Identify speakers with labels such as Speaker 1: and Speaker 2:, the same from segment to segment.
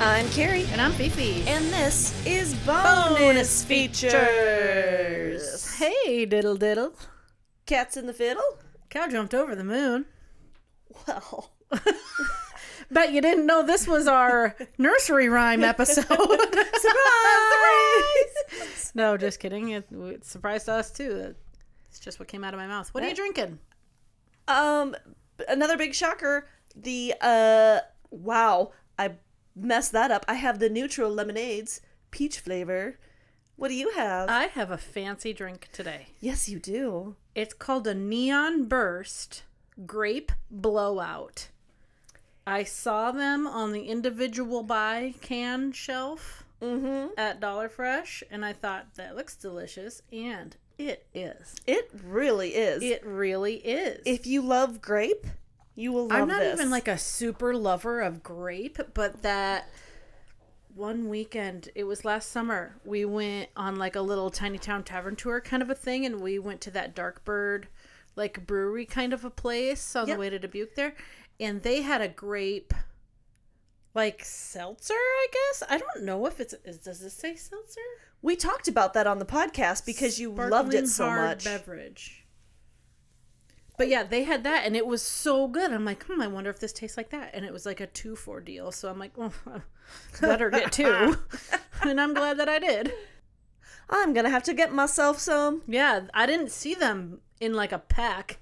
Speaker 1: I'm Carrie,
Speaker 2: And I'm Fifi.
Speaker 1: and this is Bonus,
Speaker 2: Bonus
Speaker 1: features.
Speaker 2: hey, diddle diddle.
Speaker 1: Cats in the Fiddle?
Speaker 2: Cow jumped over the moon.
Speaker 1: Well,
Speaker 2: Bet you didn't know this was our nursery rhyme episode.
Speaker 1: surprise!
Speaker 2: no, just kidding. It, it surprised us too. It's just what came out of my mouth. What are you drinking?
Speaker 1: um, another big shocker. The, uh, wow, I messed that up. I have the neutral lemonades, peach flavor. What do you have?
Speaker 2: I have a fancy drink today.
Speaker 1: yes, you do.
Speaker 2: It's called a Neon Burst Grape Blowout. I saw them on the individual buy can shelf at Dollar Fresh, and I thought that looks delicious, and it is.
Speaker 1: It really is.
Speaker 2: It really is.
Speaker 1: if you love grape, you will love
Speaker 2: I'm not
Speaker 1: this.
Speaker 2: even like a super lover of grape, but that one weekend, it was last summer, we went on like a little tiny town tavern tour kind of a thing, and we went to that dark bird like brewery kind of a place on
Speaker 1: Yep.
Speaker 2: the way to Dubuque there, and they had a grape like seltzer, I guess. I don't know if it's is, does this say seltzer?
Speaker 1: We talked about that on the podcast because you loved
Speaker 2: Sparkling
Speaker 1: it so
Speaker 2: hard
Speaker 1: much.
Speaker 2: Beverage. But yeah, they had that and it was so good. I'm like, hmm, I wonder if this tastes like that. And it was like a two four deal. So I'm like, well, better get two. and I'm glad that I did.
Speaker 1: I'm gonna have to get myself some.
Speaker 2: Yeah, I didn't see them in like a pack.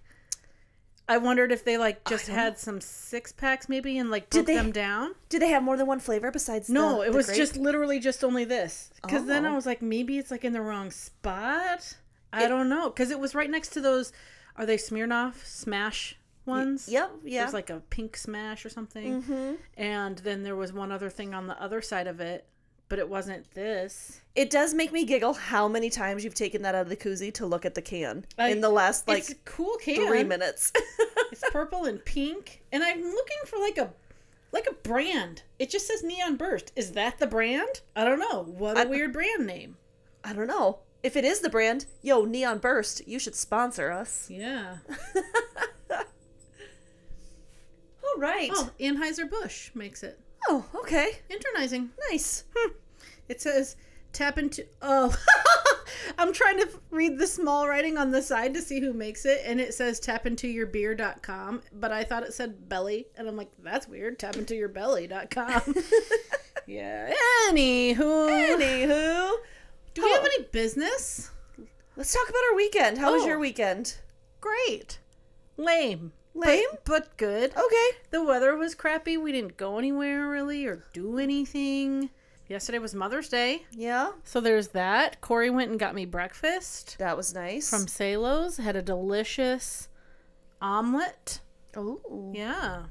Speaker 2: I wondered if they like just had some six packs maybe and like
Speaker 1: Did
Speaker 2: broke
Speaker 1: they-
Speaker 2: them down.
Speaker 1: Do they have more than one flavor besides?
Speaker 2: No,
Speaker 1: the-
Speaker 2: it
Speaker 1: the
Speaker 2: was
Speaker 1: grape?
Speaker 2: just literally just only this. Because then
Speaker 1: Oh.
Speaker 2: I was like, maybe it's like in the wrong spot. I don't know. Because it was right next to those, are they Smirnoff Smash ones?
Speaker 1: Yep, yeah.
Speaker 2: There's like a pink Smash or something. And then there was one other thing on the other side of it, but it wasn't this.
Speaker 1: it does make me giggle how many times you've taken that out of the koozie to look at the can
Speaker 2: I-
Speaker 1: in the last like
Speaker 2: it's a cool can.
Speaker 1: three minutes.
Speaker 2: It's purple and pink. And I'm looking for like a. Like a brand. It just says Neon Burst. Is that the brand? I don't know. What a weird brand name.
Speaker 1: I don't know if it is the brand. Yo, Neon Burst, you should sponsor us.
Speaker 2: Yeah.
Speaker 1: All right.
Speaker 2: Oh, Anheuser-Busch makes it.
Speaker 1: Oh, okay.
Speaker 2: Internizing.
Speaker 1: Nice.
Speaker 2: It says tap into oh I'm trying to read the small writing on the side to see who makes it and it says tap into your beer.com but I thought it said belly and I'm like that's weird tap into your belly.com. yeah. Anywho.
Speaker 1: Anywho,
Speaker 2: Do we have any business?
Speaker 1: let's talk about our weekend. How was
Speaker 2: Oh.
Speaker 1: your weekend?
Speaker 2: Great. Lame.
Speaker 1: Lame.
Speaker 2: But good.
Speaker 1: okay.
Speaker 2: The weather was crappy. We didn't go anywhere really or do anything. Yesterday was Mother's Day.
Speaker 1: Yeah,
Speaker 2: So there's that. Corey went and got me breakfast
Speaker 1: that was nice.
Speaker 2: from Salos. Had a delicious omelet.
Speaker 1: oh,
Speaker 2: Yeah.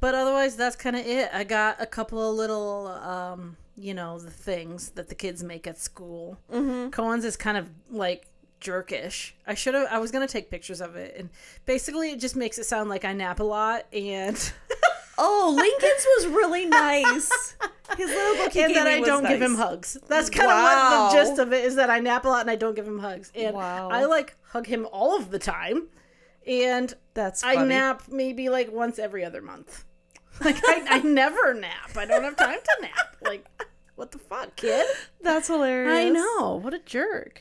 Speaker 2: but otherwise, that's kind of it. I got a couple of little, um, you know, the things that the kids make at school. Mm-hmm. Cohen's is kind of like jerkish. I should have. I was gonna take pictures of it, and basically, it just makes it sound like I nap a lot and.
Speaker 1: oh, Lincoln's was really nice. His little book he
Speaker 2: and
Speaker 1: gave
Speaker 2: that
Speaker 1: me
Speaker 2: I
Speaker 1: was
Speaker 2: don't give
Speaker 1: nice.
Speaker 2: him hugs. That's kind
Speaker 1: Wow.
Speaker 2: of what the gist of it is that I nap a lot and I don't give him hugs. And
Speaker 1: Wow.
Speaker 2: I like hug him all of the time. And
Speaker 1: That's
Speaker 2: I
Speaker 1: funny.
Speaker 2: nap maybe like once every other month. Like I, I never nap. I don't have time to nap. Like what the fuck, kid?
Speaker 1: That's hilarious.
Speaker 2: I know. What a jerk.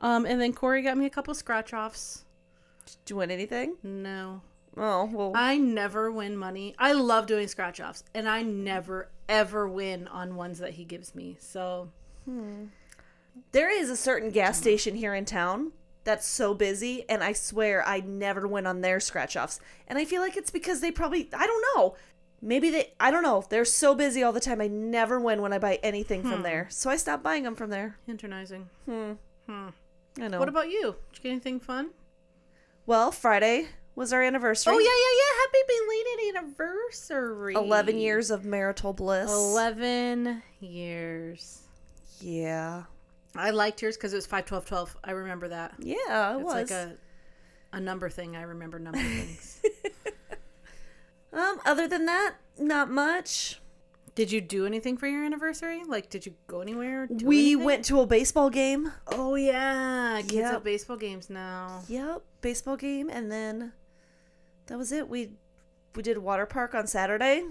Speaker 2: Um, and then Corey got me a couple scratch offs.
Speaker 1: Did you win anything?
Speaker 2: No.
Speaker 1: Oh well.
Speaker 2: I never win money. I love doing scratch offs, and I never ever win on ones that he gives me. So
Speaker 1: there is a certain gas station here in town that's so busy, and I swear I never went on their scratch offs. And I feel like it's because they probably I don't know. Maybe they I don't know. They're so busy all the time. I never win when I buy anything
Speaker 2: Hmm.
Speaker 1: from there, so I stopped buying them from there.
Speaker 2: Internizing.
Speaker 1: I know.
Speaker 2: What about you? Did you get anything fun?
Speaker 1: well, Friday was our anniversary.
Speaker 2: Oh yeah, yeah, yeah! Happy belated anniversary.
Speaker 1: 11 years of marital bliss.
Speaker 2: Eleven years.
Speaker 1: Yeah.
Speaker 2: I liked yours because it was five, twelve, twelve. I remember that.
Speaker 1: Yeah, it
Speaker 2: It's
Speaker 1: was.
Speaker 2: like a a number thing. I remember number things.
Speaker 1: Um, other than that, not much.
Speaker 2: did you do anything for your anniversary? Like, did you go anywhere? or do
Speaker 1: we
Speaker 2: anything?
Speaker 1: went to a baseball game.
Speaker 2: Oh yeah, kids
Speaker 1: Yep.
Speaker 2: have baseball games now.
Speaker 1: Yep, baseball game, and then that was it. We we did water park on Saturday.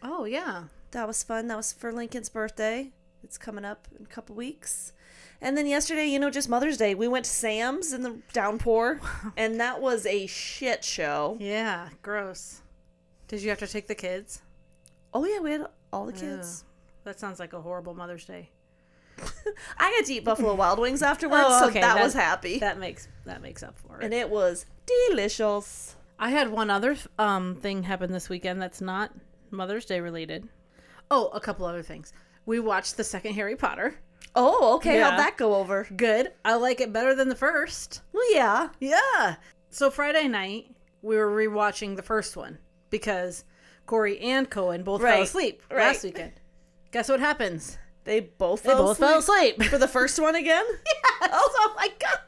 Speaker 2: Oh yeah.
Speaker 1: That was fun. That was for Lincoln's birthday. It's coming up in a couple weeks. And then yesterday, you know, just Mother's Day, we went to Sam's in the downpour, and that was a shit show.
Speaker 2: Yeah, gross. Did you have to take the kids?
Speaker 1: Oh yeah, we had all the kids.
Speaker 2: Ugh, that sounds like a horrible Mother's Day.
Speaker 1: I got to eat Buffalo Wild Wings afterwards,
Speaker 2: Oh,
Speaker 1: so
Speaker 2: okay,
Speaker 1: that,
Speaker 2: that-
Speaker 1: was happy.
Speaker 2: That makes that makes up for it.
Speaker 1: and it was delicious.
Speaker 2: I had one other um thing happen this weekend that's not Mother's Day related. Oh, a couple other things. We watched the second Harry Potter.
Speaker 1: Oh, okay.
Speaker 2: Yeah.
Speaker 1: How'd that go over?
Speaker 2: Good. I like it better than the first.
Speaker 1: Well, yeah.
Speaker 2: Yeah. So Friday night, we were rewatching the first one because Corey and Cohen both
Speaker 1: Right.
Speaker 2: fell asleep
Speaker 1: Right.
Speaker 2: last weekend. Guess what happens?
Speaker 1: They both
Speaker 2: They both fell asleep.
Speaker 1: for the first one again.
Speaker 2: Oh my god.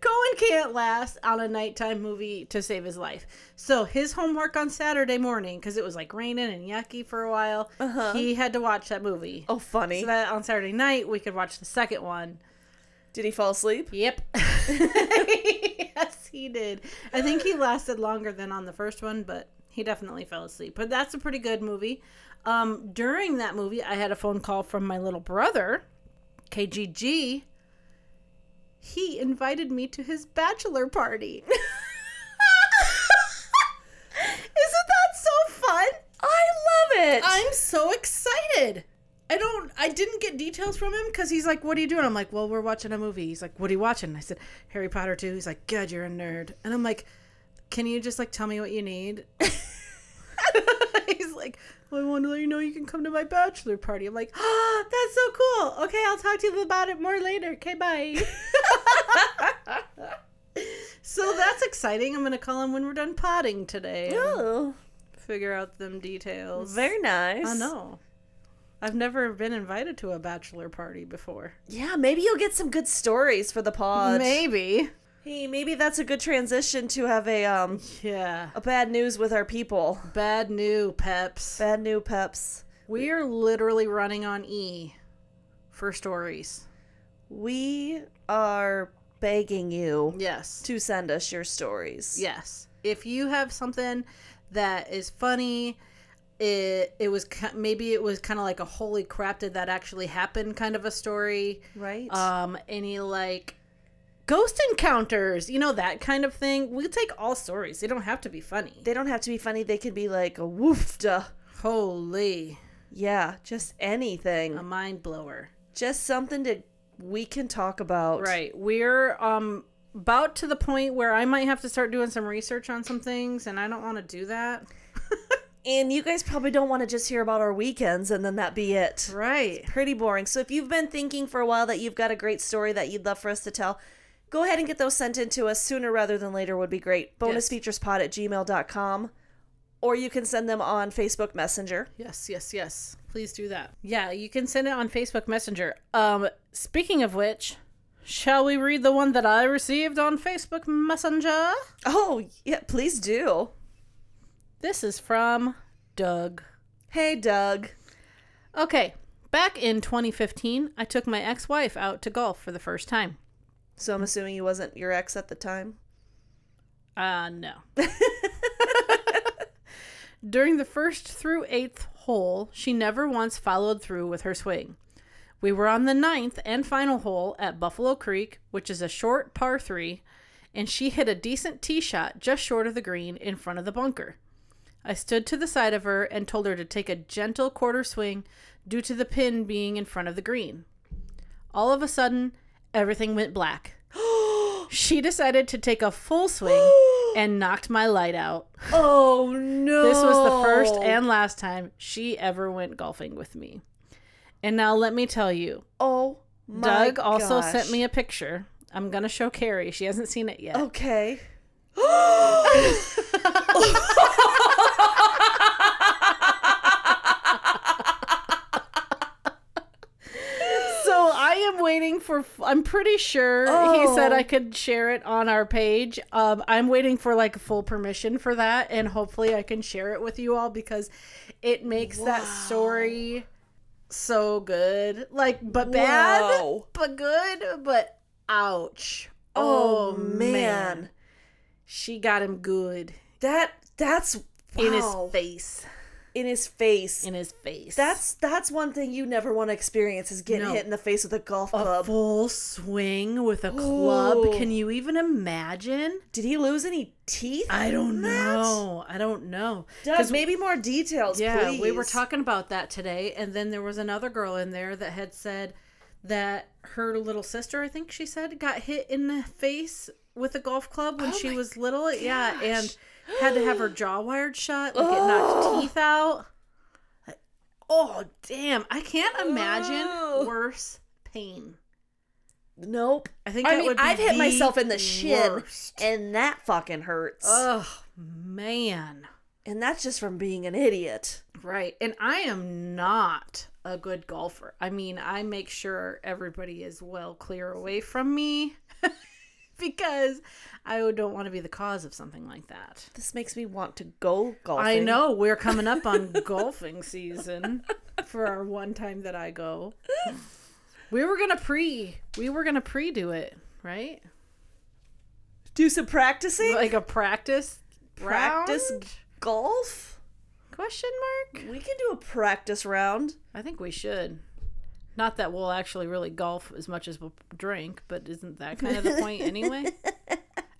Speaker 2: Cohen can't last on a nighttime movie to save his life. So his homework on Saturday morning, because it was like raining and yucky for a while, he had to watch that movie.
Speaker 1: Oh, funny.
Speaker 2: So that on Saturday night we could watch the second one.
Speaker 1: Did he fall asleep?
Speaker 2: Yep. yes, he did. I think he lasted longer than on the first one, but he definitely fell asleep. But that's a pretty good movie. Um, during that movie, I had a phone call from my little brother, KGG. He invited me to his bachelor party. Isn't that so fun?
Speaker 1: I love it.
Speaker 2: I'm so excited. I don't. I didn't get details from him because he's like, "What are you doing?" I'm like, "Well, we're watching a movie." He's like, "What are you watching?" I said, "Harry Potter 2." He's like, "God, you're a nerd." And I'm like, "Can you just like tell me what you need?" he's like, well, "I want to let you know you can come to my bachelor party." I'm like, "Ah, that's so cool. Okay, I'll talk to you about it more later. Okay, bye." so that's exciting. I'm gonna call him when we're done potting today. and
Speaker 1: oh,
Speaker 2: Figure out them details.
Speaker 1: very nice.
Speaker 2: I know. I've never been invited to a bachelor party before.
Speaker 1: Yeah, maybe you'll get some good stories for the pod.
Speaker 2: Maybe.
Speaker 1: Hey, maybe that's a good transition to have a um
Speaker 2: Yeah.
Speaker 1: a bad news with our people.
Speaker 2: Bad new peps.
Speaker 1: Bad new peps.
Speaker 2: We are literally running on E for stories.
Speaker 1: We are begging you
Speaker 2: Yes.
Speaker 1: to send us your stories.
Speaker 2: Yes. If you have something that is funny, it it was ki- maybe it was kind of like a holy crap did that actually happen kind of a story.
Speaker 1: Right.
Speaker 2: um any like ghost encounters you know that kind of thing we'll take all stories they don't have to be funny
Speaker 1: they don't have to be funny. They could be like a woofda.
Speaker 2: holy
Speaker 1: Yeah, just anything.
Speaker 2: a mind blower
Speaker 1: just something to we can talk about.
Speaker 2: right we're um about to the point where i might have to start doing some research on some things and i don't want to do that
Speaker 1: And you guys probably don't want to just hear about our weekends and then that be it.
Speaker 2: right
Speaker 1: Pretty boring. So if you've been thinking for a while that you've got a great story that you'd love for us to tell, go ahead and get those sent in to us sooner rather than later would be great.
Speaker 2: Yes.
Speaker 1: Bonusfeaturespod at gmail.com. Or you can send them on Facebook Messenger.
Speaker 2: yes yes yes please do that yeah you can send it on facebook messenger um speaking of which shall we read the one that i received on facebook messenger
Speaker 1: Oh, yeah, please do.
Speaker 2: this is from doug
Speaker 1: Hey, Doug.
Speaker 2: Okay, back in 2015, I took my ex wife out to golf for the first time.
Speaker 1: So I'm assuming he wasn't your ex at the time.
Speaker 2: Uh, no. During the first through eighth hole, she never once followed through with her swing. We were on the ninth and final hole at Buffalo Creek, which is a short par three, and she hit a decent tee shot just short of the green in front of the bunker. I stood to the side of her and told her to take a gentle quarter swing due to the pin being in front of the green. All of a sudden, everything went black. she decided to take a full swing and knocked my light out.
Speaker 1: Oh, no.
Speaker 2: This was the first
Speaker 1: Oh.
Speaker 2: and last time she ever went golfing with me. And now let me tell you,
Speaker 1: Oh, my
Speaker 2: Doug also sent
Speaker 1: gosh. Oh.
Speaker 2: me a picture. I'm going to show Carrie. She hasn't seen it yet.
Speaker 1: Okay.
Speaker 2: So I am waiting for. I'm pretty sure he said
Speaker 1: Oh.
Speaker 2: I could share it on our page. Um, I'm waiting for like full permission for that, and hopefully I can share it with you all because it makes that story so good. Like, but bad,
Speaker 1: Wow.
Speaker 2: but good, but ouch.
Speaker 1: Oh, man.
Speaker 2: she got him good
Speaker 1: That that's wow.
Speaker 2: in his face.
Speaker 1: in his face.
Speaker 2: in his face.
Speaker 1: that's that's one thing you never want to experience is getting
Speaker 2: No.
Speaker 1: hit in the face with a golf
Speaker 2: a
Speaker 1: club.
Speaker 2: full swing with a club.
Speaker 1: Ooh.
Speaker 2: Can you even imagine?
Speaker 1: Did he lose any teeth?
Speaker 2: I don't
Speaker 1: Matt?
Speaker 2: know. I don't know.
Speaker 1: Doug,
Speaker 2: 'Cause-
Speaker 1: maybe more details,
Speaker 2: yeah, we were
Speaker 1: please.
Speaker 2: talking about that today, and then there was another girl in there that had said that her little sister, I think she said, got hit in the face with a golf club when
Speaker 1: Oh
Speaker 2: she
Speaker 1: my
Speaker 2: was little. Yeah, and had to have her jaw wired shut, like it
Speaker 1: Ugh.
Speaker 2: knocked teeth out. Oh damn! I can't imagine
Speaker 1: Ugh.
Speaker 2: worse pain.
Speaker 1: Nope.
Speaker 2: I think
Speaker 1: I
Speaker 2: that
Speaker 1: mean,
Speaker 2: would be
Speaker 1: I've hit myself in the shin,
Speaker 2: worst.
Speaker 1: and that fucking hurts.
Speaker 2: Oh man.
Speaker 1: and that's just from being an idiot.
Speaker 2: Right. And I am not a good golfer. I mean, I make sure everybody is well clear away from me because I don't want to be the cause of something like that.
Speaker 1: This makes me want to go golfing.
Speaker 2: I know we're coming up on golfing season for our one time that I go. We were going to pre we were going to pre do it, right?
Speaker 1: Do some practicing.
Speaker 2: Like a practice
Speaker 1: Practice
Speaker 2: round?
Speaker 1: golf.
Speaker 2: question mark?
Speaker 1: We can do a practice round.
Speaker 2: I think we should. Not that we'll actually really golf as much as we'll drink, but isn't that kind of the point anyway?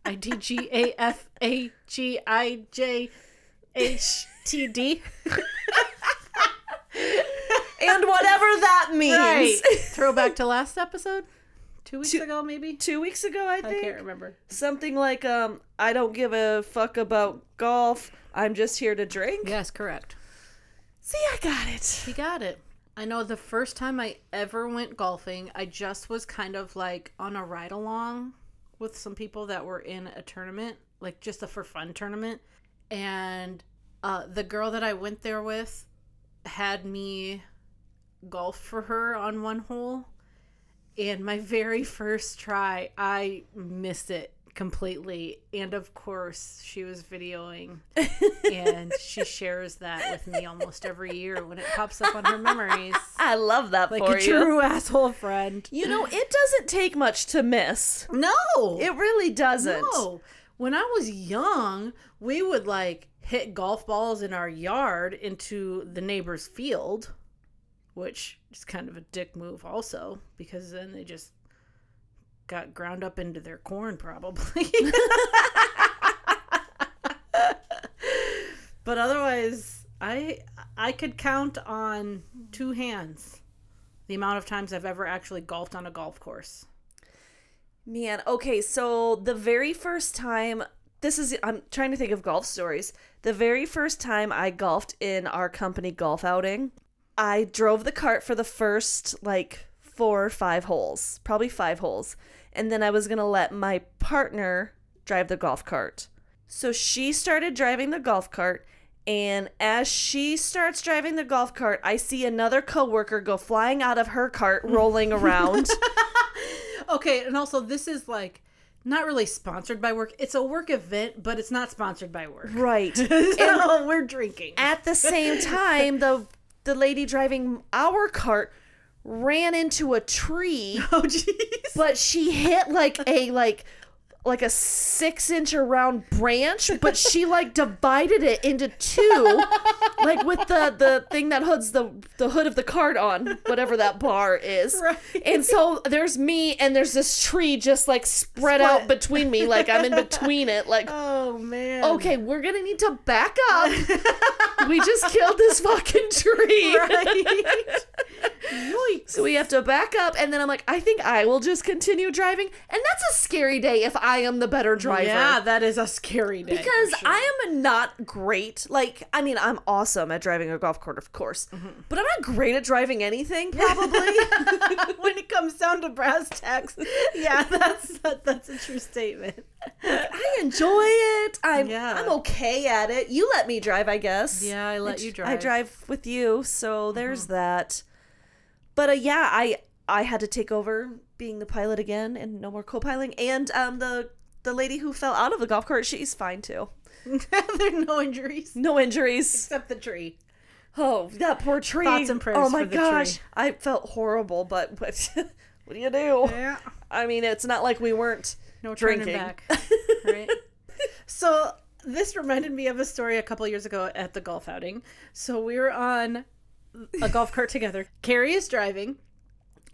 Speaker 2: I D G A F A G I J H T D.
Speaker 1: and whatever that means.
Speaker 2: Right. Throwback to last episode? Two weeks ago, maybe?
Speaker 1: Two weeks ago, I
Speaker 2: I
Speaker 1: think
Speaker 2: can't remember.
Speaker 1: something like, um, I don't give a fuck about golf. I'm just here to drink.
Speaker 2: Yes, correct.
Speaker 1: See, I got it.
Speaker 2: You got it. I know the first time I ever went golfing, I just was kind of like on a ride along with some people that were in a tournament, like just a for fun tournament. And uh, the girl that I went there with had me golf for her on one hole. And my very first try, I missed it completely. And of course, she was videoing and she shares that with me almost every year when it pops up on her memories.
Speaker 1: I love that
Speaker 2: Like
Speaker 1: for
Speaker 2: a
Speaker 1: you.
Speaker 2: true asshole friend.
Speaker 1: You know, it doesn't take much to miss.
Speaker 2: No.
Speaker 1: It really doesn't.
Speaker 2: no. When I was young, we would like hit golf balls in our yard into the neighbor's field, which is kind of a dick move also because then they just got ground up into their corn probably. but otherwise, I I could count on two hands the amount of times I've ever actually golfed on a golf course.
Speaker 1: Man, okay, so the very first time this is I'm trying to think of golf stories. The very first time I golfed in our company golf outing, I drove the cart for the first like four or five holes, probably five holes. And then I was going to let my partner drive the golf cart. So she started driving the golf cart and as she starts driving the golf cart, I see another coworker go flying out of her cart rolling around.
Speaker 2: Okay, and also this is like not really sponsored by work. It's a work event, but it's not sponsored by work.
Speaker 1: right.
Speaker 2: so we're drinking.
Speaker 1: at the same time the the lady driving our cart ran into a tree
Speaker 2: Oh jeez.
Speaker 1: but she hit like a like like a six inch around branch but she like divided it into two like with the the thing that hoods the the hood of the cart on whatever that bar is
Speaker 2: Right.
Speaker 1: and so there's me and there's this tree just like spread out
Speaker 2: Split.
Speaker 1: between me like i'm in between it like
Speaker 2: Oh man.
Speaker 1: okay, we're gonna need to back up. we just killed this fucking tree.
Speaker 2: Right. Yikes.
Speaker 1: So we have to back up, and then I'm like, I think I will just continue driving, and that's a scary day if I am the better driver.
Speaker 2: Yeah, that is a scary day. for
Speaker 1: Because
Speaker 2: sure.
Speaker 1: I am not great. Like, I mean, I'm awesome at driving a golf cart, of course,
Speaker 2: Mm-hmm.
Speaker 1: but I'm not great at driving anything, probably.
Speaker 2: when it comes down to brass tacks, yeah, that's that, that's a true statement.
Speaker 1: I enjoy it. I'm,
Speaker 2: Yeah.
Speaker 1: I'm okay at it. You let me drive, I guess.
Speaker 2: Yeah, I let
Speaker 1: tr-
Speaker 2: you drive. Mm-hmm.
Speaker 1: I drive with you, so there's that. But uh, yeah, I I had to take over being the pilot again, and no more co-piling. And um, the the lady who fell out of the golf cart, she's fine too.
Speaker 2: there are no injuries
Speaker 1: No injuries.
Speaker 2: except the tree.
Speaker 1: Oh, that poor tree.
Speaker 2: Thoughts and prayers
Speaker 1: Oh my
Speaker 2: for the
Speaker 1: gosh,
Speaker 2: tree.
Speaker 1: I felt horrible, but but what do you do?
Speaker 2: Yeah.
Speaker 1: I mean, it's not like we weren't
Speaker 2: No turning
Speaker 1: drinking.
Speaker 2: back. Right. so this reminded me of a story a couple years ago at the golf outing. So we were on a golf cart together. Carrie is driving,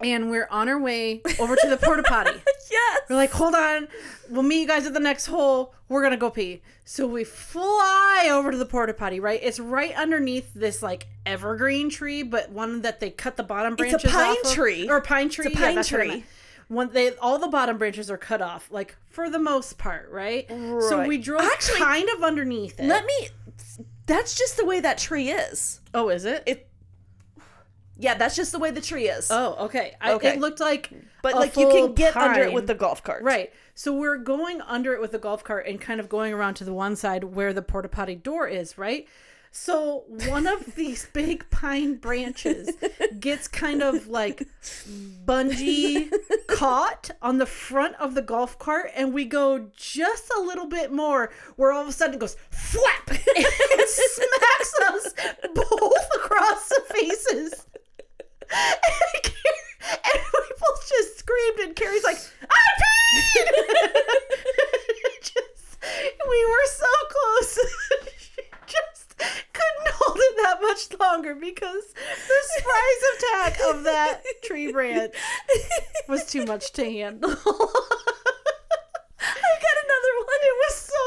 Speaker 2: and we're on our way over to the porta potty.
Speaker 1: Yes.
Speaker 2: We're like, hold on, we'll meet you guys at the next hole. We're gonna go pee. So we fly over to the porta potty, right? It's right underneath this like evergreen tree, but one that they cut the bottom
Speaker 1: a
Speaker 2: branches
Speaker 1: pine
Speaker 2: off of-
Speaker 1: tree.
Speaker 2: or pine tree.
Speaker 1: It's a
Speaker 2: yeah,
Speaker 1: pine
Speaker 2: that's what I
Speaker 1: tree.
Speaker 2: meant. When they all the bottom branches are cut off, like for the most part, right? So
Speaker 1: Right.
Speaker 2: we drove
Speaker 1: Actually,
Speaker 2: kind of underneath it.
Speaker 1: Let me. That's just the way that tree is.
Speaker 2: oh, is it?
Speaker 1: It- Yeah, that's just the way the tree is.
Speaker 2: oh, okay. I,
Speaker 1: Okay.
Speaker 2: It looked like,
Speaker 1: but
Speaker 2: a
Speaker 1: like you can
Speaker 2: full
Speaker 1: get under it
Speaker 2: pine.
Speaker 1: with the golf cart.
Speaker 2: Right. So we're going under it with the golf cart and kind of going around to the one side where the porta potty door is, right? So one of these big pine branches gets kind of like bungee caught on the front of the golf cart, and we go just a little bit more, where all of a sudden it goes flap and smacks us both across the faces. And, Carrie- and we both just screamed, and Carrie's like, I peed! just, we were so close. She just couldn't hold it that much longer because the surprise attack of that tree branch was too much to handle. I got another one. It was so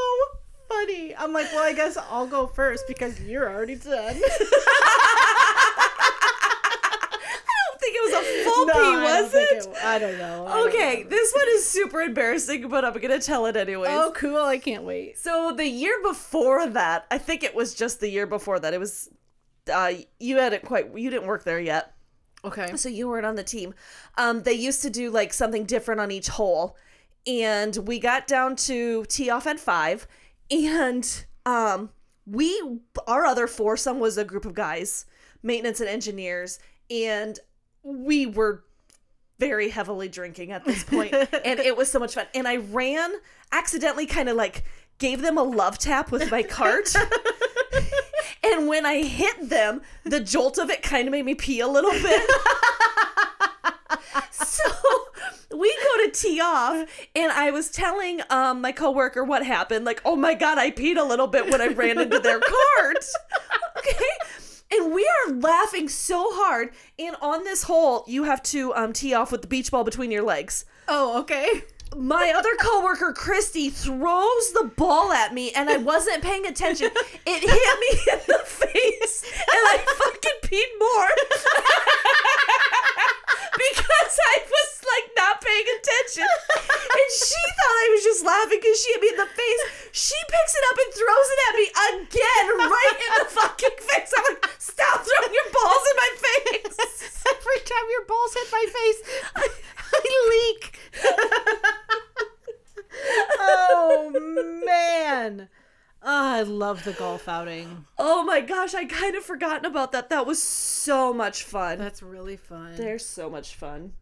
Speaker 2: funny. I'm like, well, I guess I'll go first because you're already done.
Speaker 1: I don't think it was a full
Speaker 2: No,
Speaker 1: pee,
Speaker 2: I
Speaker 1: was
Speaker 2: don't think
Speaker 1: it?
Speaker 2: it- I don't know. I don't
Speaker 1: Okay, this one is super embarrassing, but I'm gonna tell it anyways.
Speaker 2: know. Oh, cool. I can't wait.
Speaker 1: So the year before that, I think it was just the year before that. It was, uh, you hadn't quite, you didn't work there yet.
Speaker 2: Okay.
Speaker 1: so you weren't on the team. Um, they used to do like something different on each hole, and we got down to tee off at five, and um, we our other foursome was a group of guys, maintenance and engineers, and we were very heavily drinking at this point, and it was so much fun. And I ran accidentally, kind of like gave them a love tap with my cart. And when I hit them, the jolt of it kind of made me pee a little bit. so we go to tee off, and I was telling um, my coworker what happened. Like, oh my god, I peed a little bit when I ran into their cart. Okay. And we are laughing so hard. And on this hole, you have to um, tee off with the beach ball between your legs
Speaker 2: Oh, okay.
Speaker 1: my other coworker Christy throws the ball at me and I wasn't paying attention. It hit me in the face and I fucking peed more. because I was like not paying attention. And she thought I was just laughing because she hit me in the face. She picks it up and throws it at me again right in the fucking face. I'm like, stop throwing your balls in my face.
Speaker 2: Every time your balls hit my face, I, I leak. oh man. Oh, I love the golf outing.
Speaker 1: Oh my gosh, I kind of forgotten about that. That was so much fun.
Speaker 2: That's really fun.
Speaker 1: They're so much fun.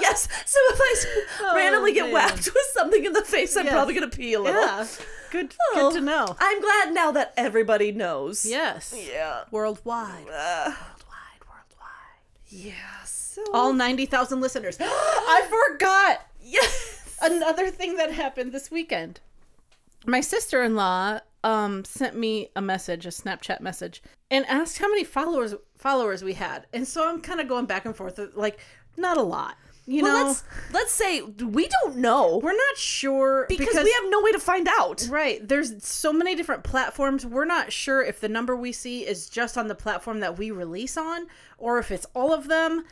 Speaker 1: yes. So if I s- randomly get
Speaker 2: Oh, man.
Speaker 1: whacked with something in the face, I'm
Speaker 2: Yes.
Speaker 1: probably gonna pee a little.
Speaker 2: yeah. Good
Speaker 1: Oh.
Speaker 2: good to know.
Speaker 1: I'm glad now that everybody knows.
Speaker 2: Yes.
Speaker 1: Yeah.
Speaker 2: Worldwide.
Speaker 1: Uh,
Speaker 2: Worldwide, worldwide.
Speaker 1: yeah. So.
Speaker 2: All 90,000 listeners. I forgot.
Speaker 1: yes.
Speaker 2: another thing that happened this weekend. My sister in law um, sent me a message, a Snapchat message, and asked how many followers followers we had. And so I'm kind of going back and forth, like not a lot, you
Speaker 1: Well,
Speaker 2: know.
Speaker 1: let's let's say we don't know
Speaker 2: We're not sure
Speaker 1: because, we have no way to find out.
Speaker 2: Right. There's so many different platforms. We're not sure if the number we see is just on the platform that we release on or if it's all of them.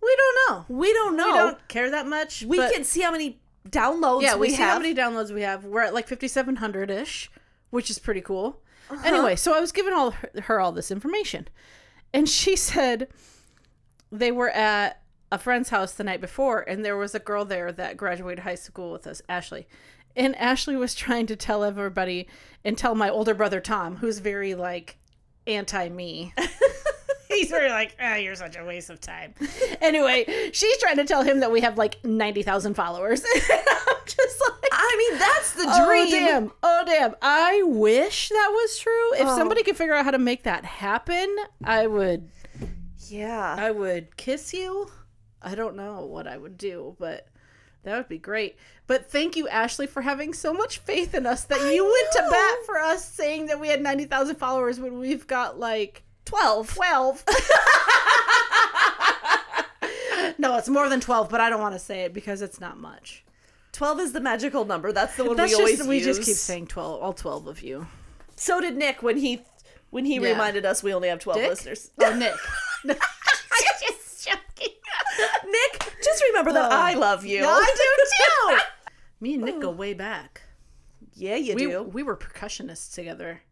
Speaker 2: We don't know.
Speaker 1: We don't know.
Speaker 2: We don't care that much.
Speaker 1: We
Speaker 2: but-
Speaker 1: can see how many downloads
Speaker 2: yeah, we,
Speaker 1: we,
Speaker 2: see
Speaker 1: have.
Speaker 2: how many downloads we have. We're at like 5,700 ish, which is pretty cool.
Speaker 1: Uh-huh.
Speaker 2: Anyway, so I was giving all her, her all this information, and she said they were at a friend's house the night before, and there was a girl there that graduated high school with us, Ashley. And Ashley was trying to tell everybody and tell my older brother Tom, who's very like anti me. He's very like, oh, you're such a waste of time. anyway, she's trying to tell him that we have like 90,000 followers. I'm just like,
Speaker 1: I mean, that's the
Speaker 2: Oh
Speaker 1: dream.
Speaker 2: damn! Oh damn! I wish that was true. If
Speaker 1: Oh.
Speaker 2: somebody could figure out how to make that happen, I would.
Speaker 1: Yeah.
Speaker 2: I would kiss you. I don't know what I would do, but That would be great. But thank you, Ashley, for having so much faith in us that you went to
Speaker 1: know.
Speaker 2: bat for us saying that we had 90,000 followers when we've got like
Speaker 1: 12.
Speaker 2: 12. no, it's more than 12, but I don't want to say it because it's not much.
Speaker 1: 12 is the magical number. That's the one
Speaker 2: That's
Speaker 1: we always
Speaker 2: just, we just
Speaker 1: use.
Speaker 2: keep saying 12, all 12 of you.
Speaker 1: So did Nick when he when he
Speaker 2: Yeah.
Speaker 1: reminded us we only have 12
Speaker 2: Dick?
Speaker 1: listeners.
Speaker 2: Oh, Nick.
Speaker 1: just joking. Nick, just remember that
Speaker 2: Oh.
Speaker 1: I love you.
Speaker 2: No, I
Speaker 1: do
Speaker 2: Me and Nick go way back.
Speaker 1: yeah, you
Speaker 2: We,
Speaker 1: do.
Speaker 2: we were percussionists together.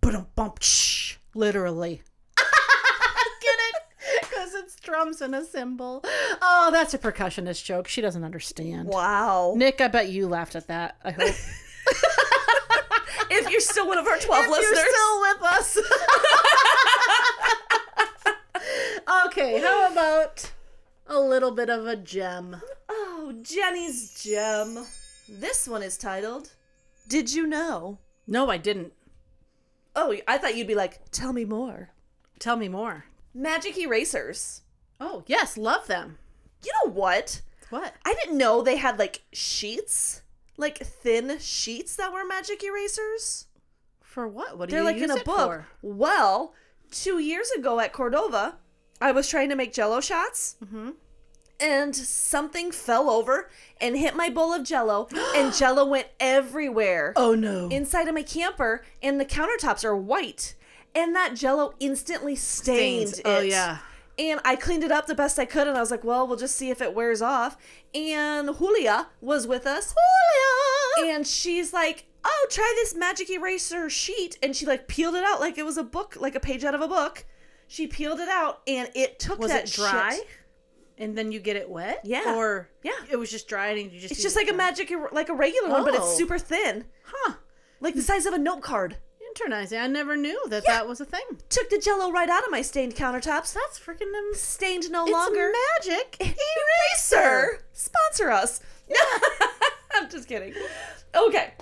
Speaker 2: Ba-dum-bump, shh, Literally. Get it? Because it's drums and a cymbal. Oh, that's a percussionist joke. She doesn't understand.
Speaker 1: Wow.
Speaker 2: Nick, I bet you laughed at that. I hope.
Speaker 1: If you're still one of our 12 listeners.
Speaker 2: You're still with us. okay, how about a little bit of a gem?
Speaker 1: Oh, Jenny's gem. This one is titled Did You Know?
Speaker 2: No, I didn't.
Speaker 1: Oh, I thought you'd be like, tell me more.
Speaker 2: Tell me more.
Speaker 1: Magic erasers.
Speaker 2: Oh, yes, love them.
Speaker 1: You know what?
Speaker 2: What?
Speaker 1: I didn't know they had like sheets, like thin sheets that were magic erasers.
Speaker 2: For what? What do
Speaker 1: They're
Speaker 2: you
Speaker 1: like
Speaker 2: use
Speaker 1: in a
Speaker 2: it
Speaker 1: book.
Speaker 2: for?
Speaker 1: Well, two years ago at Cordova, I was trying to make jello shots.
Speaker 2: Mm-hmm.
Speaker 1: And something fell over and hit my bowl of jello, and jello went everywhere
Speaker 2: Oh no.
Speaker 1: inside of my camper, and the countertops are white. And that jello instantly stained
Speaker 2: Stains.
Speaker 1: it.
Speaker 2: Oh, yeah.
Speaker 1: And I cleaned it up the best I could, and I was like, well, we'll just see if it wears off. And Julia was with us. Julia! And she's like, oh, try this magic eraser sheet. And she like peeled it out like it was a book, like a page out of a book. She peeled it out, and it took
Speaker 2: was
Speaker 1: that
Speaker 2: it dry?
Speaker 1: shit-
Speaker 2: And then you get it wet?
Speaker 1: Yeah.
Speaker 2: Or
Speaker 1: Yeah.
Speaker 2: it was just dry and you just
Speaker 1: It's
Speaker 2: use
Speaker 1: just
Speaker 2: it
Speaker 1: like a
Speaker 2: dry?
Speaker 1: magic, er- like a regular one, but it's
Speaker 2: Oh.
Speaker 1: super thin,
Speaker 2: Huh.
Speaker 1: like the size of a note card.
Speaker 2: Internizing. I never knew that that was a thing.
Speaker 1: Took the jello right out of my stained countertops.
Speaker 2: That's freaking amazing.
Speaker 1: stained no longer
Speaker 2: magic
Speaker 1: eraser. Sponsor us. I'm just kidding. Okay.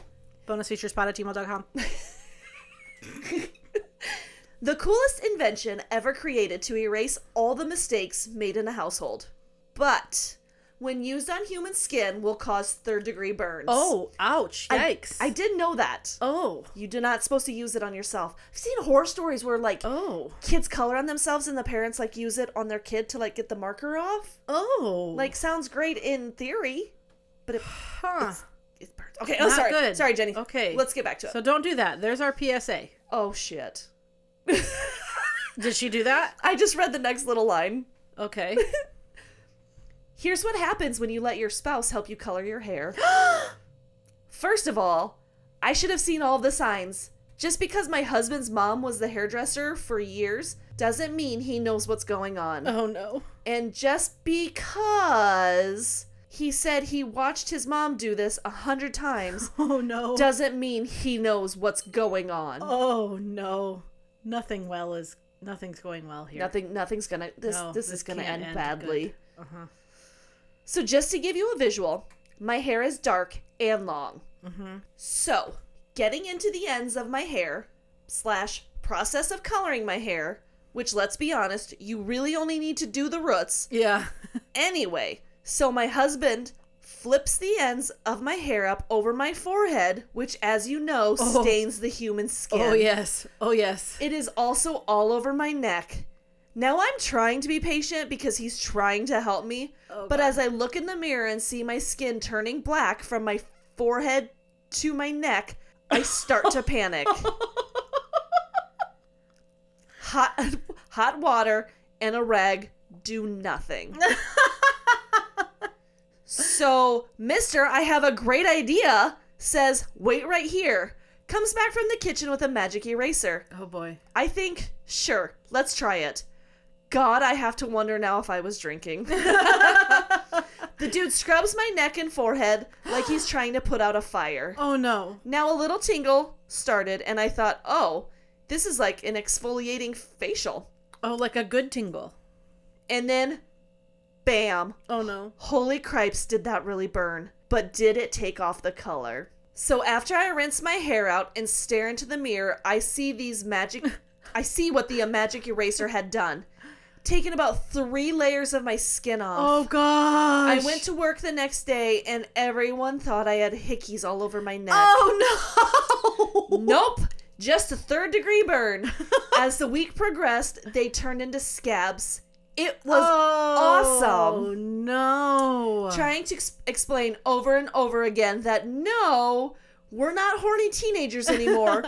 Speaker 2: Bonus feature spot at gmail.com.
Speaker 1: The coolest invention ever created to erase all the mistakes made in a household. But when used on human skin will cause third degree burns.
Speaker 2: Oh, ouch. Yikes.
Speaker 1: I did know that.
Speaker 2: oh.
Speaker 1: You do not supposed to use it on yourself. I've seen horror stories where like
Speaker 2: Oh.
Speaker 1: kids color on themselves and the parents like use it on their kid to like get the marker off.
Speaker 2: Oh.
Speaker 1: Like sounds great in theory, but it
Speaker 2: huh.
Speaker 1: It burns. Okay. Oh,
Speaker 2: Not
Speaker 1: sorry.
Speaker 2: good.
Speaker 1: Sorry, Jenny.
Speaker 2: Okay.
Speaker 1: Let's get back to it.
Speaker 2: So don't do that. There's our PSA.
Speaker 1: oh shit.
Speaker 2: Did she do that?
Speaker 1: I just read the next little line.
Speaker 2: Okay.
Speaker 1: Here's what happens when you let your spouse help you color your hair. First of all, I should have seen all the signs. Just because my husband's mom was the hairdresser for years doesn't mean he knows what's going on.
Speaker 2: oh no.
Speaker 1: And just because he said he watched his mom do this a hundred times
Speaker 2: Oh no.
Speaker 1: doesn't mean he knows what's going on.
Speaker 2: oh no. Nothing well is nothing's going well here.
Speaker 1: Nothing. Nothing's gonna. This
Speaker 2: No,
Speaker 1: this,
Speaker 2: this
Speaker 1: is gonna
Speaker 2: can't
Speaker 1: end,
Speaker 2: end
Speaker 1: badly.
Speaker 2: good. Uh-huh.
Speaker 1: So just to give you a visual, my hair is dark and long.
Speaker 2: Mm-hmm.
Speaker 1: So getting into the ends of my hair slash process of coloring my hair, which let's be honest, you really only need to do the roots
Speaker 2: Yeah.
Speaker 1: anyway. So my husband flips the ends of my hair up over my forehead, which, as you know,
Speaker 2: Oh.
Speaker 1: stains the human skin.
Speaker 2: Oh yes. Oh yes.
Speaker 1: It is also all over my neck. Now I'm trying to be patient because he's trying to help me,
Speaker 2: Oh,
Speaker 1: but
Speaker 2: God.
Speaker 1: as I look in the mirror and see my skin turning black from my forehead to my neck, I start to panic. Hot hot water and a rag do nothing. so, Mister, I have a great idea, says, wait right here. Comes back from the kitchen with a magic eraser.
Speaker 2: Oh boy.
Speaker 1: I think, sure, let's try it. God, I have to wonder now if I was drinking. the dude scrubs my neck and forehead like he's trying to put out a fire.
Speaker 2: Oh no.
Speaker 1: Now a little tingle started, and I thought, oh, this is like an exfoliating facial.
Speaker 2: Oh like a good tingle.
Speaker 1: And then, bam,
Speaker 2: Oh no.
Speaker 1: Holy cripes, did that really burn? But did it take off the color? So after I rinse my hair out and stare into the mirror, I see these magic I see what the magic eraser uh, had done. taken about three layers of my skin off.
Speaker 2: Oh gosh.
Speaker 1: I went to work the next day and everyone thought I had hickeys all over my neck.
Speaker 2: Oh no.
Speaker 1: Nope, just a third degree burn. As the week progressed, they turned into scabs. It was
Speaker 2: Oh
Speaker 1: awesome.
Speaker 2: no.
Speaker 1: trying to ex- explain over and over again that no, we're not horny teenagers anymore.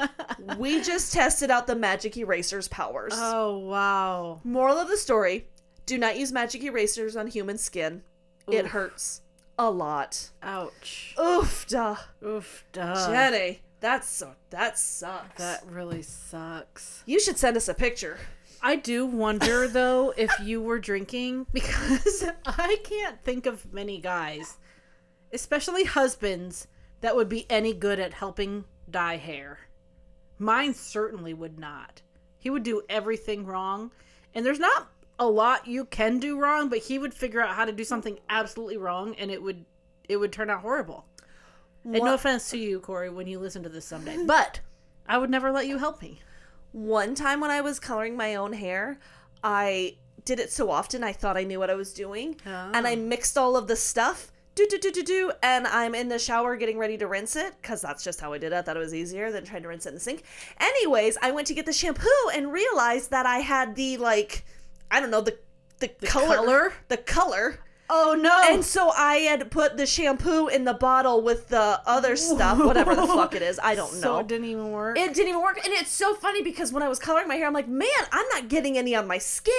Speaker 1: we just tested out the magic eraser's powers.
Speaker 2: oh wow.
Speaker 1: Moral of the story do not use magic erasers on human skin, it
Speaker 2: Oof.
Speaker 1: hurts a lot.
Speaker 2: Ouch.
Speaker 1: Oof, duh.
Speaker 2: Oof. Duh.
Speaker 1: Jenny, that's so, that sucks.
Speaker 2: Uh. That really sucks.
Speaker 1: you should send us a picture.
Speaker 2: I do wonder though if you were drinking because I can't think of many guys, especially husbands, that would be any good at helping dye hair. Mine certainly would not. He would do everything wrong, and there's not a lot you can do wrong, but he would figure out how to do something absolutely wrong and it would it would turn out horrible. And no
Speaker 1: Wha-
Speaker 2: offense to you, Corey, when you listen to this someday, but I would never let you help me.
Speaker 1: One time when I was coloring my own hair, I did it so often I thought I knew what I was doing. And
Speaker 2: Oh.
Speaker 1: I mixed all of the stuff, do, do, do, do, do, and I'm in the shower getting ready to rinse it because that's just how I did it. I thought it was easier than trying to rinse it in the sink. Anyways, I went to get the shampoo and realized that I had the, like, I don't know, the, the, color,
Speaker 2: color?
Speaker 1: The color.
Speaker 2: Oh no!
Speaker 1: And so I had put the shampoo in the bottle with the other stuff, whatever the fuck it is. I don't
Speaker 2: so
Speaker 1: know.
Speaker 2: it didn't even work.
Speaker 1: It didn't even work. And it's so funny because when I was coloring my hair, I'm like, man, I'm not getting any on my skin.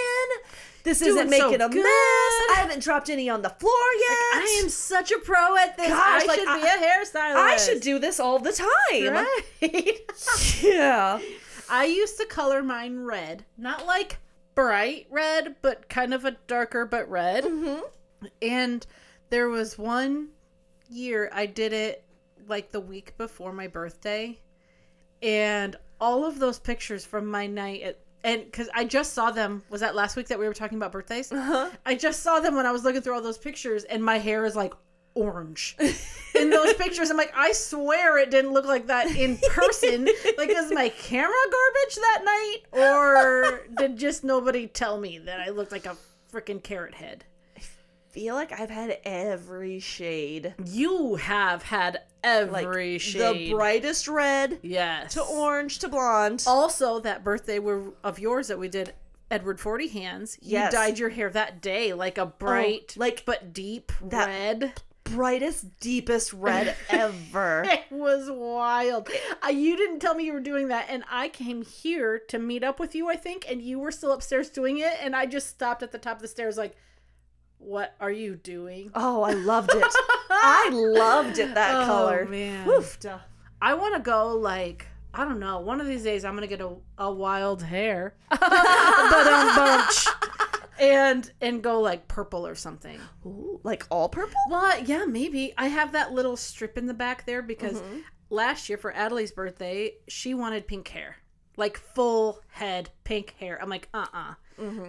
Speaker 1: This isn't
Speaker 2: Doing so
Speaker 1: making a
Speaker 2: good."
Speaker 1: mess. I haven't dropped any on the floor yet.
Speaker 2: I am such a pro at this.
Speaker 1: Gosh,
Speaker 2: I
Speaker 1: like,
Speaker 2: should
Speaker 1: I-
Speaker 2: be a hairstylist.
Speaker 1: I should do this all the time.
Speaker 2: Right.
Speaker 1: Yeah.
Speaker 2: I used to color mine red, not like bright red, but kind of a darker but red. Mm-hmm. And there was one year I did it like the week before my birthday, and all of those pictures from my night at and because I just saw them, was that last week that we were talking about birthdays?
Speaker 1: Uh-huh.
Speaker 2: I just saw them when I was looking through all those pictures, and my hair is like orange in those pictures. I'm like, I swear it didn't look like that in person. like, is my camera garbage that night, or did just nobody tell me that I looked like a freaking carrot head?
Speaker 1: feel like I've had every shade.
Speaker 2: You have had
Speaker 1: Like
Speaker 2: every shade,
Speaker 1: the brightest red
Speaker 2: yes,
Speaker 1: to orange to blonde.
Speaker 2: Also, that birthday were of yours that we did. Edward Forty Hands, you
Speaker 1: Yes.
Speaker 2: dyed your hair that day Oh, like a bright,
Speaker 1: Oh, like-
Speaker 2: but deep
Speaker 1: that-
Speaker 2: red.
Speaker 1: brightest, deepest red ever.
Speaker 2: It was wild. Uh, you didn't tell me you were doing that, and I came here to meet up with you, I think, and you were still upstairs doing it, and I just stopped at the top of the stairs, like, what are you doing?
Speaker 1: Oh, I loved it. I loved it that
Speaker 2: Oh,
Speaker 1: color.
Speaker 2: man.
Speaker 1: Woof, duh.
Speaker 2: I want to go, like, I don't know, one of these days I'm going to get a, a wild hair. Ba-dum-bunch. and and go like purple or something.
Speaker 1: Ooh, like all purple?
Speaker 2: Well, yeah, maybe. I have that little strip in the back there because last year for Adelie's birthday, she wanted pink hair. Like full head pink hair. I'm like, uh uh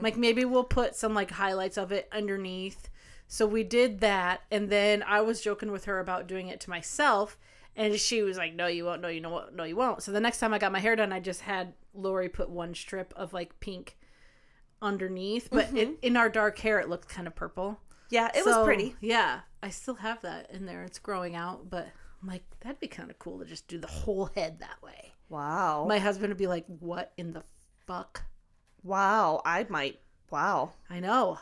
Speaker 2: Like maybe we'll put some like highlights of it underneath. So we did that. And then I was joking with her about doing it to myself. And she was like, no, you won't. No, you know what? No, you won't. So the next time I got my hair done, I just had Lori put one strip of like pink underneath. But it, in our dark hair, it looked kind of purple.
Speaker 1: Yeah, it
Speaker 2: So,
Speaker 1: was pretty.
Speaker 2: Yeah, I still have that in there. It's growing out, but I'm like, that'd be kind of cool to just do the whole head that way.
Speaker 1: Wow.
Speaker 2: My husband would be like, what in the fuck?
Speaker 1: wow. I might. Wow.
Speaker 2: I know.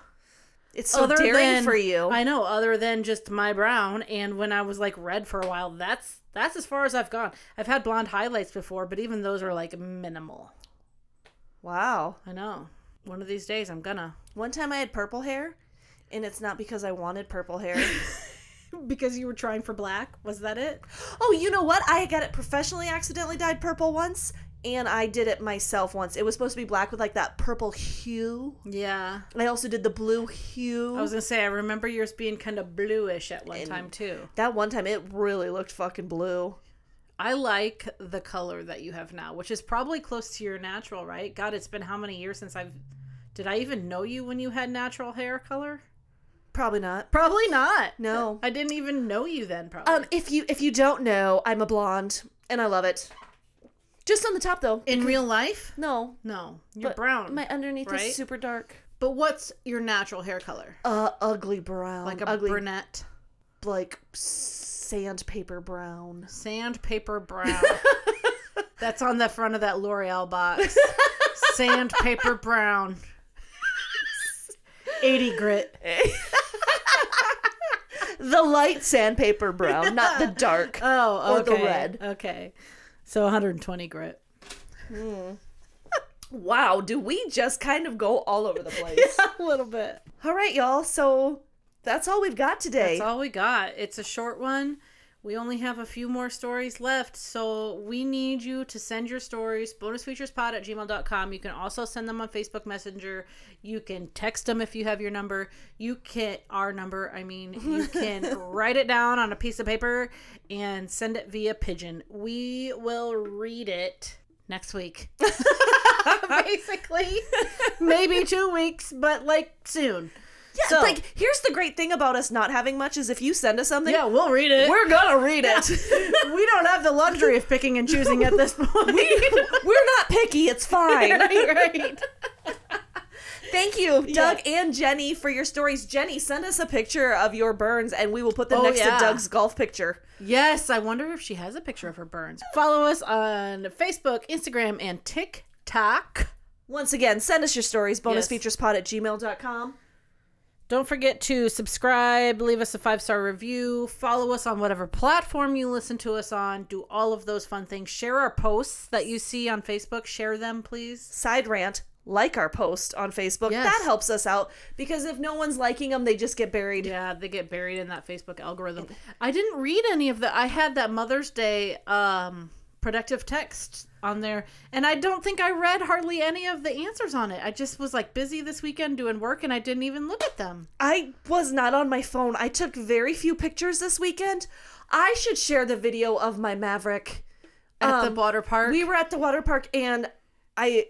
Speaker 1: It's so daring for you.
Speaker 2: I know. Other than just my brown, and when I was like red for a while, that's that's as far as I've gone. I've had blonde highlights before, but even those are like minimal.
Speaker 1: wow.
Speaker 2: I know. One of these days, I'm gonna
Speaker 1: One time I had purple hair, and it's not because I wanted purple hair.
Speaker 2: because you were trying for black. Was that it?
Speaker 1: oh, you know what? I got it professionally accidentally dyed purple once, and I did it myself once. It was supposed to be black with like that purple hue.
Speaker 2: Yeah.
Speaker 1: I also did the blue hue.
Speaker 2: I was gonna say I remember yours being kind of bluish at one time too.
Speaker 1: that one time, it really looked fucking blue.
Speaker 2: I like the color that you have now, which is probably close to your natural, right? God, it's been how many years since I've. Did I even know you when you had natural hair color?
Speaker 1: Probably not.
Speaker 2: Probably not.
Speaker 1: No.
Speaker 2: I didn't even know you then, probably.
Speaker 1: Um, if you if you don't know, I'm a blonde, and I love it. Just on the top though.
Speaker 2: In real life?
Speaker 1: No.
Speaker 2: No, you're
Speaker 1: but
Speaker 2: brown.
Speaker 1: My underneath
Speaker 2: right?
Speaker 1: is super dark.
Speaker 2: but what's your natural hair color?
Speaker 1: Uh, ugly brown.
Speaker 2: Like a
Speaker 1: ugly,
Speaker 2: brunette,
Speaker 1: like sandpaper brown.
Speaker 2: sandpaper brown. That's on the front of that L'Oreal box. sandpaper brown. 80 grit.
Speaker 1: The light sandpaper brown, not the dark.
Speaker 2: Oh,
Speaker 1: Or
Speaker 2: okay.
Speaker 1: the red.
Speaker 2: Okay. So 120 grit.
Speaker 1: Wow, do we just kind of go all over the place?
Speaker 2: a little bit.
Speaker 1: All right, y'all. So that's all we've got today.
Speaker 2: That's all we got. It's a short one. We only have a few more stories left, so we need you to send your stories, bonusfeaturespod at gmail.com. You can also send them on Facebook Messenger. You can text them if you have your number. You can, our number, I mean, you can write it down on a piece of paper and send it via pigeon. We will read it next week. Basically, maybe two weeks, but like soon.
Speaker 1: yeah,
Speaker 2: so-
Speaker 1: like here's the great thing about us not having much is if you send us something,
Speaker 2: Yeah, we'll read it.
Speaker 1: we're gonna read it.
Speaker 2: we don't have the luxury of picking and choosing at this point.
Speaker 1: we're not picky. It's fine.
Speaker 2: right.
Speaker 1: Thank you, Doug and Jenny, for your stories. Jenny, send us a picture of your burns, and we will put them
Speaker 2: Oh,
Speaker 1: next
Speaker 2: yeah.
Speaker 1: to Doug's golf picture.
Speaker 2: Yes, I wonder if she has a picture of her burns. Follow us on Facebook, Instagram, and TikTok.
Speaker 1: Once again, send us your stories,
Speaker 2: Yes.
Speaker 1: bonusfeaturespod at gmail.com.
Speaker 2: Don't forget to subscribe, leave us a five star review, follow us on whatever platform you listen to us on, do all of those fun things. Share our posts that you see on Facebook, share them, please.
Speaker 1: Side rant, like our post on Facebook.
Speaker 2: Yes.
Speaker 1: That helps us out because if no one's liking them, they just get buried.
Speaker 2: Yeah, they get buried in that Facebook algorithm. I didn't read any of the. I had that Mother's Day um, productive text on there, and I don't think I read hardly any of the answers on it. I just was like busy this weekend doing work, and I didn't even look at them.
Speaker 1: I was not on my phone. I took very few pictures this weekend. I should share the video of my Maverick.
Speaker 2: At
Speaker 1: Um,
Speaker 2: the water park,
Speaker 1: We were at the water park and I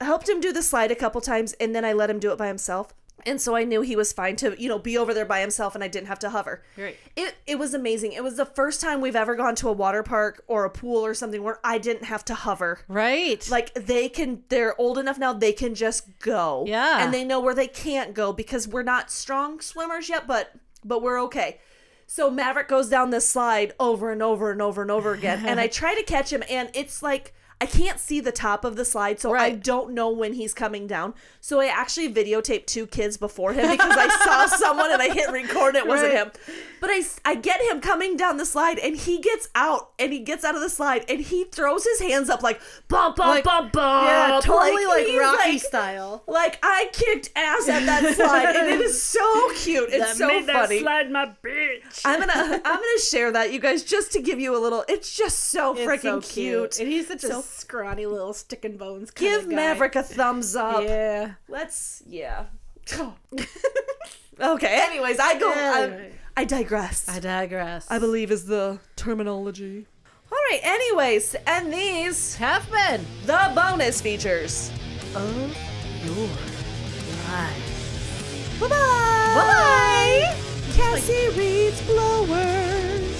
Speaker 1: helped him do the slide a couple times and then I let him do it by himself. And so I knew he was fine to, you know, be over there by himself and I didn't have to hover.
Speaker 2: Great.
Speaker 1: It it was amazing. It was the first time we've ever gone to a water park or a pool or something where I didn't have to hover.
Speaker 2: right?
Speaker 1: Like they can they're old enough now they can just go.
Speaker 2: Yeah.
Speaker 1: And they know where they can't go because we're not strong swimmers yet, but but we're okay. So Maverick goes down this slide over and over and over and over again. and I try to catch him and it's like I can't see the top of the slide, so I
Speaker 2: Right.
Speaker 1: don't know when he's coming down. So I actually videotaped two kids before him because I saw someone and I hit record. It wasn't
Speaker 2: Right.
Speaker 1: him. But I, s- I get him coming down the slide and he gets out and he gets out of the slide and he throws his hands up like bump bump
Speaker 2: Like-
Speaker 1: bump bump.
Speaker 2: yeah, totally oh, like,
Speaker 1: he's
Speaker 2: Rocky
Speaker 1: like-
Speaker 2: style.
Speaker 1: Like I kicked ass at that slide and it is so cute. It's so funny.
Speaker 2: slide my bitch.
Speaker 1: I'm gonna I'm gonna share that you guys just to give you a little. It's just so freaking cute.
Speaker 2: and he's such
Speaker 1: So-
Speaker 2: a scrawny little stick and bones. kinda
Speaker 1: Give
Speaker 2: guy.
Speaker 1: Maverick a thumbs up.
Speaker 2: Yeah.
Speaker 1: Let's yeah. okay. Anyways, I go.
Speaker 2: Anyway.
Speaker 1: I, I digress.
Speaker 2: I digress.
Speaker 1: I believe is the terminology. All right, anyways, and these
Speaker 2: have been.
Speaker 1: the bonus features.
Speaker 2: of your life.
Speaker 1: Bye-bye. Bye. Cassie reads blowers.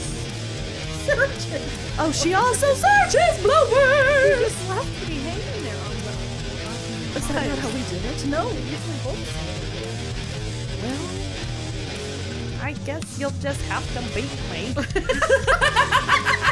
Speaker 1: Searches. Oh, she also searches blowers.
Speaker 2: left me hanging there on the.
Speaker 1: Is that not how we did it?
Speaker 2: No, you can both.
Speaker 1: I guess you'll just have to beat me.